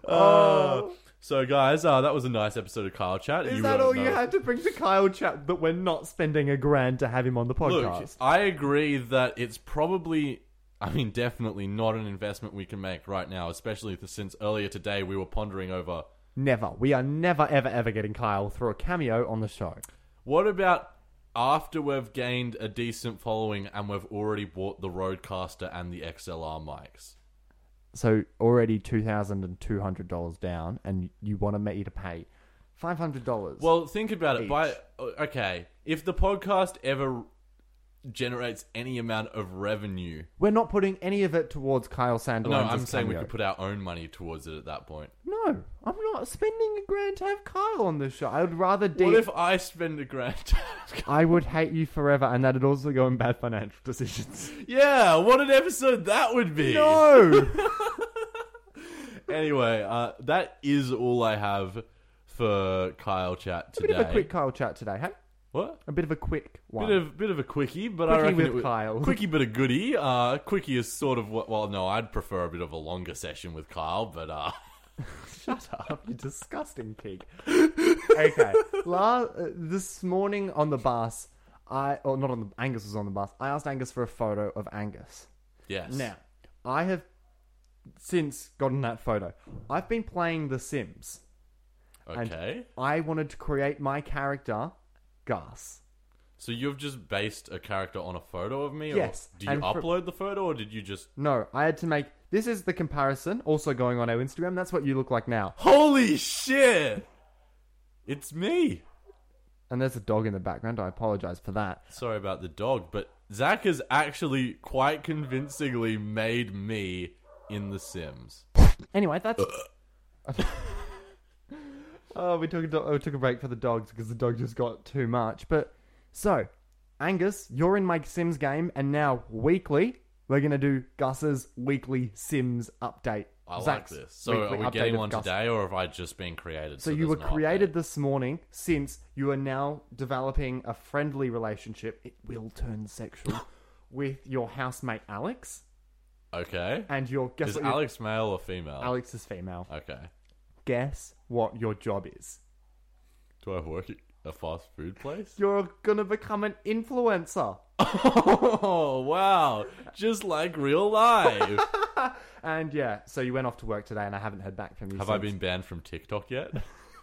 S1: Uh, so, guys, uh, that was a nice episode of Kyle Chat.
S3: Is
S1: You
S3: that
S1: won't
S3: all you
S1: know-
S3: had to bring to Kyle chat that we're not spending a grand to have him on the podcast?
S1: Look, I agree that it's probably, I mean, definitely not an investment we can make right now, especially th- since earlier today we were pondering over
S3: Never. We are never, ever, ever getting Kyle through a cameo on the show.
S1: what about after we've gained a decent following and we've already bought the Roadcaster and the XLR mics?
S3: So already two thousand and two hundred dollars down, and you want me to pay five hundred dollars.
S1: Well, think about it.
S3: Each.
S1: By uh, okay, if the podcast ever generates any amount of revenue,
S3: we're not putting any of it towards Kyle Sanderlands.
S1: no, I'm saying we could put our own money towards it at that point.
S3: No, I'm not spending a grand to have Kyle on this show. I would rather deep.
S1: What if I spend a grand?
S3: I would hate you forever, and that'd also go in bad financial decisions.
S1: yeah, what an episode that would be.
S3: No.
S1: Anyway, uh, that is all I have for Kyle chat
S3: a bit
S1: today.
S3: of a quick Kyle chat today, hey?
S1: what?
S3: A bit of a quick one.
S1: Bit of bit of a quickie, but I
S3: Quickie
S1: reckon
S3: with
S1: it would-
S3: Kyle.
S1: Quickie, bit of goodie. Uh, quickie is sort of what. Well, no, I'd prefer a bit of a longer session with Kyle, but uh,
S3: Shut up, you disgusting pig. okay. La- uh, this morning on the bus, I or not on the Angus was on the bus. I asked Angus for a photo of Angus.
S1: yes.
S3: Now, I have since gotten that photo. I've been playing The Sims. and
S1: okay.
S3: I wanted to create my character, Gus.
S1: So you've just based a character on a photo of me?
S3: Yes,
S1: Or do you
S3: and for-
S1: upload the photo, or did you just?
S3: No, I had to make this is the comparison also going on our Instagram. That's what you look like now.
S1: Holy shit! It's me.
S3: And there's a dog in the background. I apologize for that.
S1: Sorry about the dog, but Zach has actually quite convincingly made me in The Sims.
S3: Anyway, that's. oh, we took a do- oh, we took a break for the dogs because the dog just got too much. But so, Angus, you're in my Sims game, and now weekly We're going to do Gus's weekly Sims update.
S1: I
S3: Zach's
S1: like this. So are
S3: weekly
S1: we
S3: update
S1: getting
S3: of
S1: one
S3: Gus.
S1: today, or have I just been created?
S3: So you were
S1: there's no
S3: created
S1: update?
S3: this morning since you are now developing a friendly relationship. It will turn sexual with your housemate Alex.
S1: Okay.
S3: And your guess
S1: Is
S3: what your-
S1: Alex male or female?
S3: Alex is female.
S1: Okay.
S3: Guess what your job is?
S1: Do I work at a fast food place?
S3: You're gonna become an influencer.
S1: oh wow! Just like real life.
S3: And yeah, so you went off to work today, and I haven't heard back from you.
S1: Have I
S3: since.
S1: been banned from TikTok yet?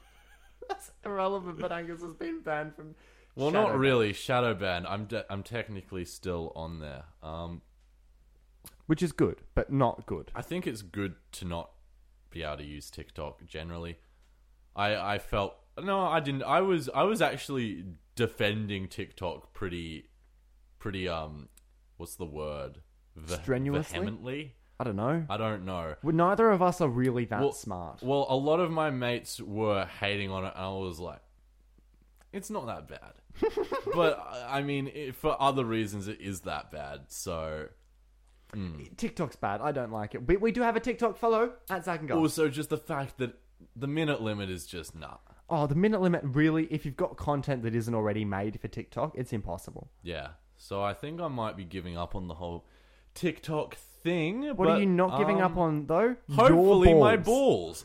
S3: That's irrelevant, but Angus has been banned from.
S1: Well,
S3: Shadow
S1: not
S3: Ban.
S1: really. Shadow banned. I'm de- I'm technically still on there. Um,
S3: Which is good, but not good.
S1: I think it's good to not be able to use TikTok generally. I I felt no, I didn't. I was I was actually defending TikTok pretty pretty um what's the word? Ve-
S3: Strenuously?
S1: vehemently.
S3: I don't know.
S1: I don't know.
S3: Well, neither of us are really that
S1: well,
S3: smart.
S1: Well, a lot of my mates were hating on it, and I was like, it's not that bad. but I- I mean, it, for other reasons, it is that bad. So
S3: TikTok's bad. I don't like it. But we do have a TikTok follow at Zach and Gus.
S1: also just the fact that the minute limit is just not.
S3: Oh, the minute limit really, if you've got content that isn't already made for TikTok, it's impossible.
S1: Yeah. So I think I might be giving up on the whole TikTok thing. um,
S3: What are you not giving up on though? Your
S1: Hopefully my
S3: balls.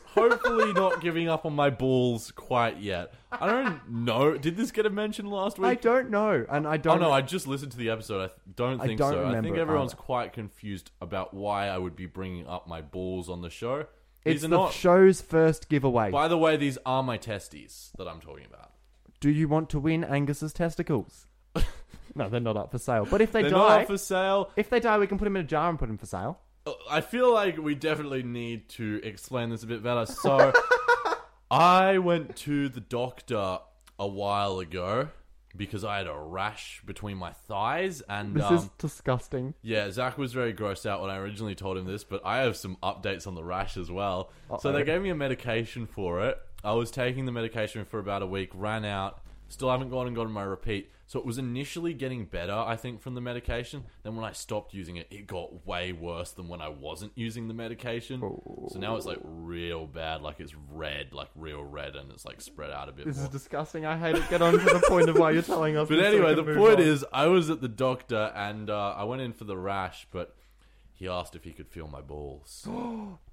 S1: balls. Hopefully not giving up on my balls quite yet. I don't know. Did this get a mention last week?
S3: I don't know, and I
S1: Oh
S3: don't.
S1: no! I just listened to the episode. I th- don't
S3: I
S1: think
S3: don't
S1: so. I
S3: remember
S1: think
S3: it
S1: everyone's
S3: either.
S1: quite confused about why I would be bringing up my balls on the show.
S3: it's
S1: these are
S3: the
S1: not.
S3: show's first giveaway.
S1: by the way, these are my testes that I'm talking about.
S3: Do you want to win Angus's testicles? no, they're not up for sale. But if they
S1: They're
S3: die,
S1: not up for sale.
S3: if they die, we can put them in a jar and put them for sale.
S1: Uh, I feel like we definitely need to explain this a bit better. So, I went to the doctor a while ago because I had a rash between my thighs and
S3: This
S1: um,
S3: is disgusting.
S1: Yeah, Zach was very grossed out when I originally told him this, but I have some updates on the rash as well. So they gave me a medication for it. I was taking the medication for about a week, ran out, still haven't gone and gotten my repeat. So it was initially getting better, I think, from the medication. Then when I stopped using it, it got way worse than when I wasn't using the medication. So now it's like real bad, like it's red, like real red, and it's like spread out a bit
S3: This
S1: more.
S3: is disgusting. I hate it. Get on to the point of why you're telling us.
S1: But
S3: this so we
S1: anyway,
S3: can
S1: the
S3: move
S1: point
S3: on.
S1: is, I was at the doctor and uh, I went in for the rash, but he asked if he could feel my balls.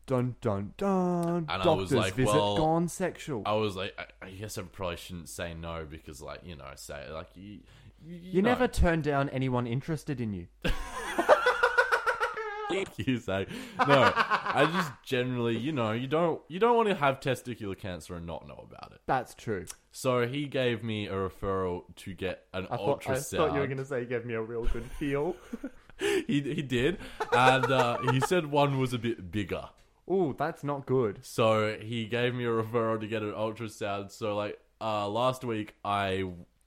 S3: dun dun dun.
S1: I was
S3: Doctors
S1: like,
S3: visit
S1: well,
S3: gone sexual.
S1: I was like, I, I guess I probably shouldn't say no because, like, you know, say like you, you,
S3: you
S1: know.
S3: never turn down anyone interested in you.
S1: you say no. I just generally, you know, you don't you don't want to have testicular cancer and not know about it.
S3: That's true.
S1: So he gave me a referral to get an
S3: I
S1: ultrasound.
S3: thought, I thought you were going to say you gave me a real good feel.
S1: he he did, and uh, he said one was a bit bigger.
S3: Ooh, that's not good.
S1: So he gave me a referral to get an ultrasound. So like uh, last week, I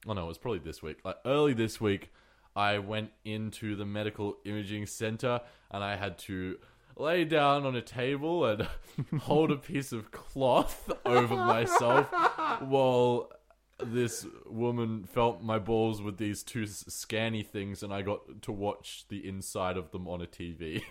S1: oh no, it was probably this week. Like early this week, I went into the medical imaging center and I had to lay down on a table and hold a piece of cloth over myself while this woman felt my balls with these two s- scanny things and I got to watch the inside of them on a TV.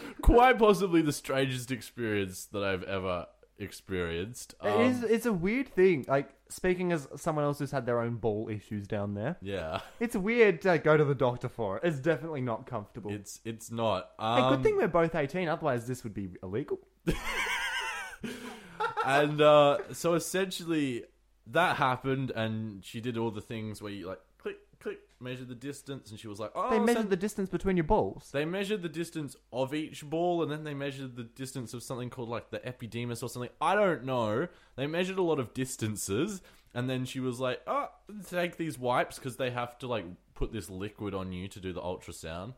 S1: Quite possibly the strangest experience that I've ever experienced. Um,
S3: it is, it's a weird thing. Like, speaking as someone else who's had their own ball issues down there,
S1: Yeah,
S3: it's weird to go to the doctor for it. It's definitely not comfortable.
S1: it's it's not.
S3: Hey,
S1: Um,
S3: good thing we're both 18, otherwise, this would be illegal.
S1: and uh, so essentially that happened, and she did all the things where you like click click measure the distance, and she was like, oh,
S3: They
S1: so-
S3: measure the distance between your balls.
S1: They measured the distance of each ball and then they measured the distance of something called like the epidemis or something. I don't know. They measured a lot of distances and then she was like, oh, take these wipes because they have to like put this liquid on you to do the ultrasound.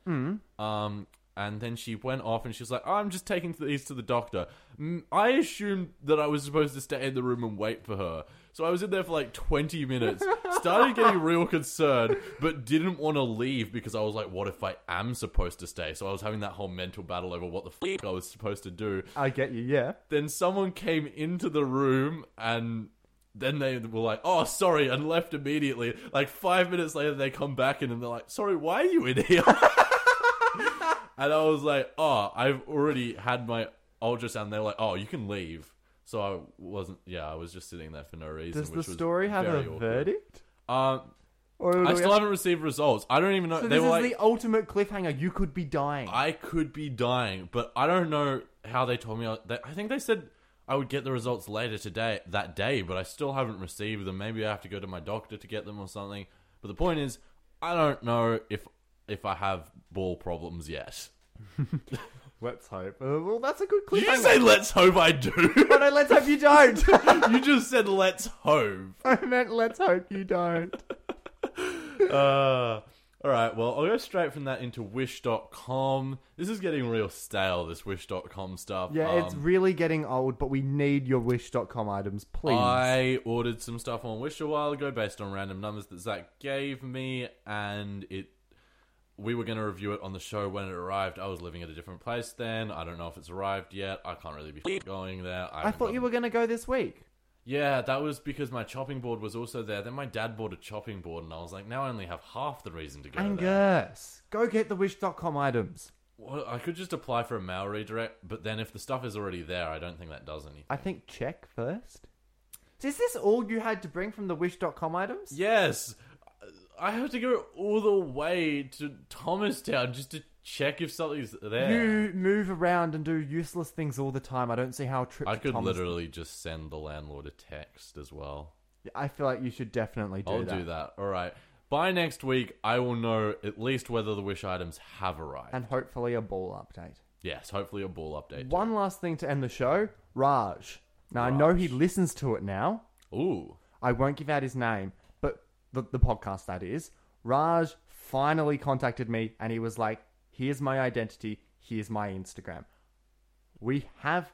S1: Um, and then she went off and she was like, oh, I'm just taking these to the doctor. Mm, I assumed that I was supposed to stay in the room and wait for her. So I was in there for like 20 minutes, started getting real concerned, but didn't want to leave because I was like, what if I am supposed to stay? So I was having that whole mental battle over what the fuck I was supposed to do.
S3: I get you, yeah.
S1: Then someone came into the room and. Then they were like, "Oh, sorry," and left immediately. Like five minutes later, they come back in and they're like, "Sorry, why are you in here?" And I was like, oh, I've already had my ultrasound. They were like, oh, you can leave. So I wasn't. Yeah, I was just sitting there for no reason.
S3: Does the
S1: which was
S3: story have a
S1: very awkward.
S3: verdict?
S1: Um,
S3: Or do
S1: I
S3: we
S1: still
S3: have-
S1: haven't received results. I don't even know.
S3: So
S1: they
S3: this
S1: were
S3: is
S1: like,
S3: the ultimate cliffhanger. You could be dying.
S1: I could be dying, but I don't know how they told me. I- They, I think they said I would get the results later today, that day, but I still haven't received them. Maybe I have to go to my doctor to get them or something. But the point is, I don't know if if I have ball problems yet.
S3: Let's hope. Uh, well, that's a good
S1: Did you
S3: cliffhanger.
S1: say let's hope I do?
S3: Oh, no, let's hope you don't.
S1: you just said let's hope.
S3: I meant let's hope you don't.
S1: Uh, all right, well, I'll go straight from that into wish.com. This is getting real stale, this wish.com stuff.
S3: Yeah, it's
S1: Um,
S3: really getting old, but we need your wish.com items, please.
S1: I ordered some stuff on Wish a while ago based on random numbers that Zach gave me, and it. We were going to review it on the show when it arrived. I was living at a different place then. I don't know if it's arrived yet. I can't really be going there. I,
S3: I
S1: haven't
S3: thought you
S1: gotten-
S3: were going to go this week.
S1: Yeah, that was because my chopping board was also there. Then my dad bought a chopping board, and I was like, now I only have half the reason to go there.
S3: Angus, go get the wish.com items.
S1: Well, I could just apply for a mail redirect, but then if the stuff is already there, I don't think that does anything.
S3: I think check first. Is this all you had to bring from the wish.com items?
S1: Yes, I have to go all the way to Thomastown just to check if something's there.
S3: You move around and do useless things all the time. I don't see how a trip
S1: I
S3: to
S1: could
S3: Thomas-
S1: literally just send the landlord a text as well.
S3: I feel like you should definitely do
S1: I'll
S3: that.
S1: do that. All right. By next week, I will know at least whether the wish items have arrived.
S3: And hopefully a ball update.
S1: yes, hopefully a ball update.
S3: One last thing to end the show Raj. Now, I know he listens to it now.
S1: Ooh.
S3: I won't give out his name, but the, the podcast that is. Raj finally contacted me and he was like, here's my identity, here's my Instagram. We have.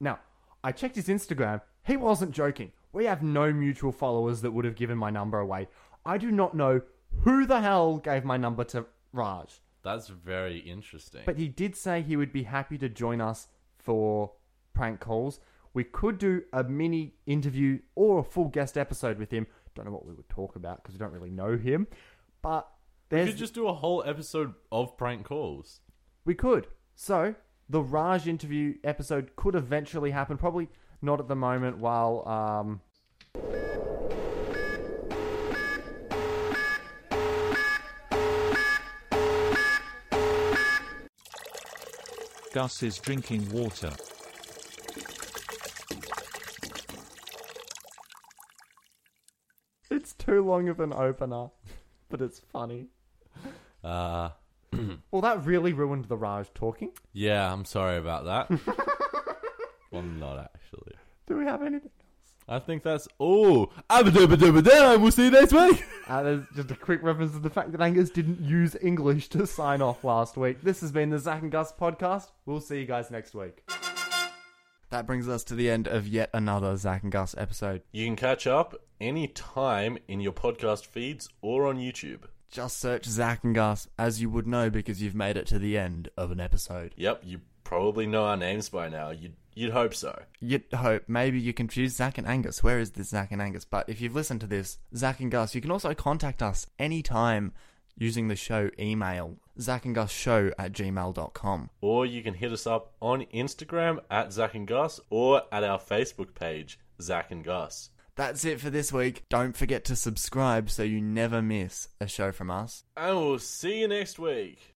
S3: Now, I checked his Instagram. He wasn't joking. We have no mutual followers that would have given my number away. I do not know who the hell gave my number to Raj.
S1: That's very interesting.
S3: But he did say he would be happy to join us for prank calls. We could do a mini interview or a full guest episode with him. Don't know what we would talk about because we don't really know him. But
S1: we
S3: there's
S1: could just do a whole episode of prank calls.
S3: we could. So the Raj interview episode could eventually happen. Probably not at the moment. While um,
S6: Gus is drinking water.
S3: it's too long of an opener, but it's funny.
S1: Uh,
S3: Well, that really ruined the Raj talking.
S1: yeah, I'm sorry about that. well, not actually.
S3: Do we have anything?
S1: I think that's all. Abadabadabada, We'll see you next week.
S3: Uh, there's just a quick reference to the fact that Angus didn't use English to sign off last week. This has been the Zach and Gus podcast. We'll see you guys next week. That brings us to the end of yet another Zach and Gus episode.
S1: You can catch up any time in your podcast feeds or on YouTube.
S3: Just search Zach and Gus, as you would know because you've made it to the end of an episode.
S1: Yep, you probably know our names by now. You'd, you'd hope so.
S3: You'd hope maybe you confused Zach and Angus. Where is this Zach and Angus? But if you've listened to this, Zach and Gus, you can also contact us anytime using the show email, zachandgusshow at gmail.com.
S1: Or you can hit us up on Instagram at Zach and Gus or at our Facebook page, Zach and Gus.
S3: That's it for this week. Don't forget to subscribe so you never miss a show from us.
S1: And we'll see you next week.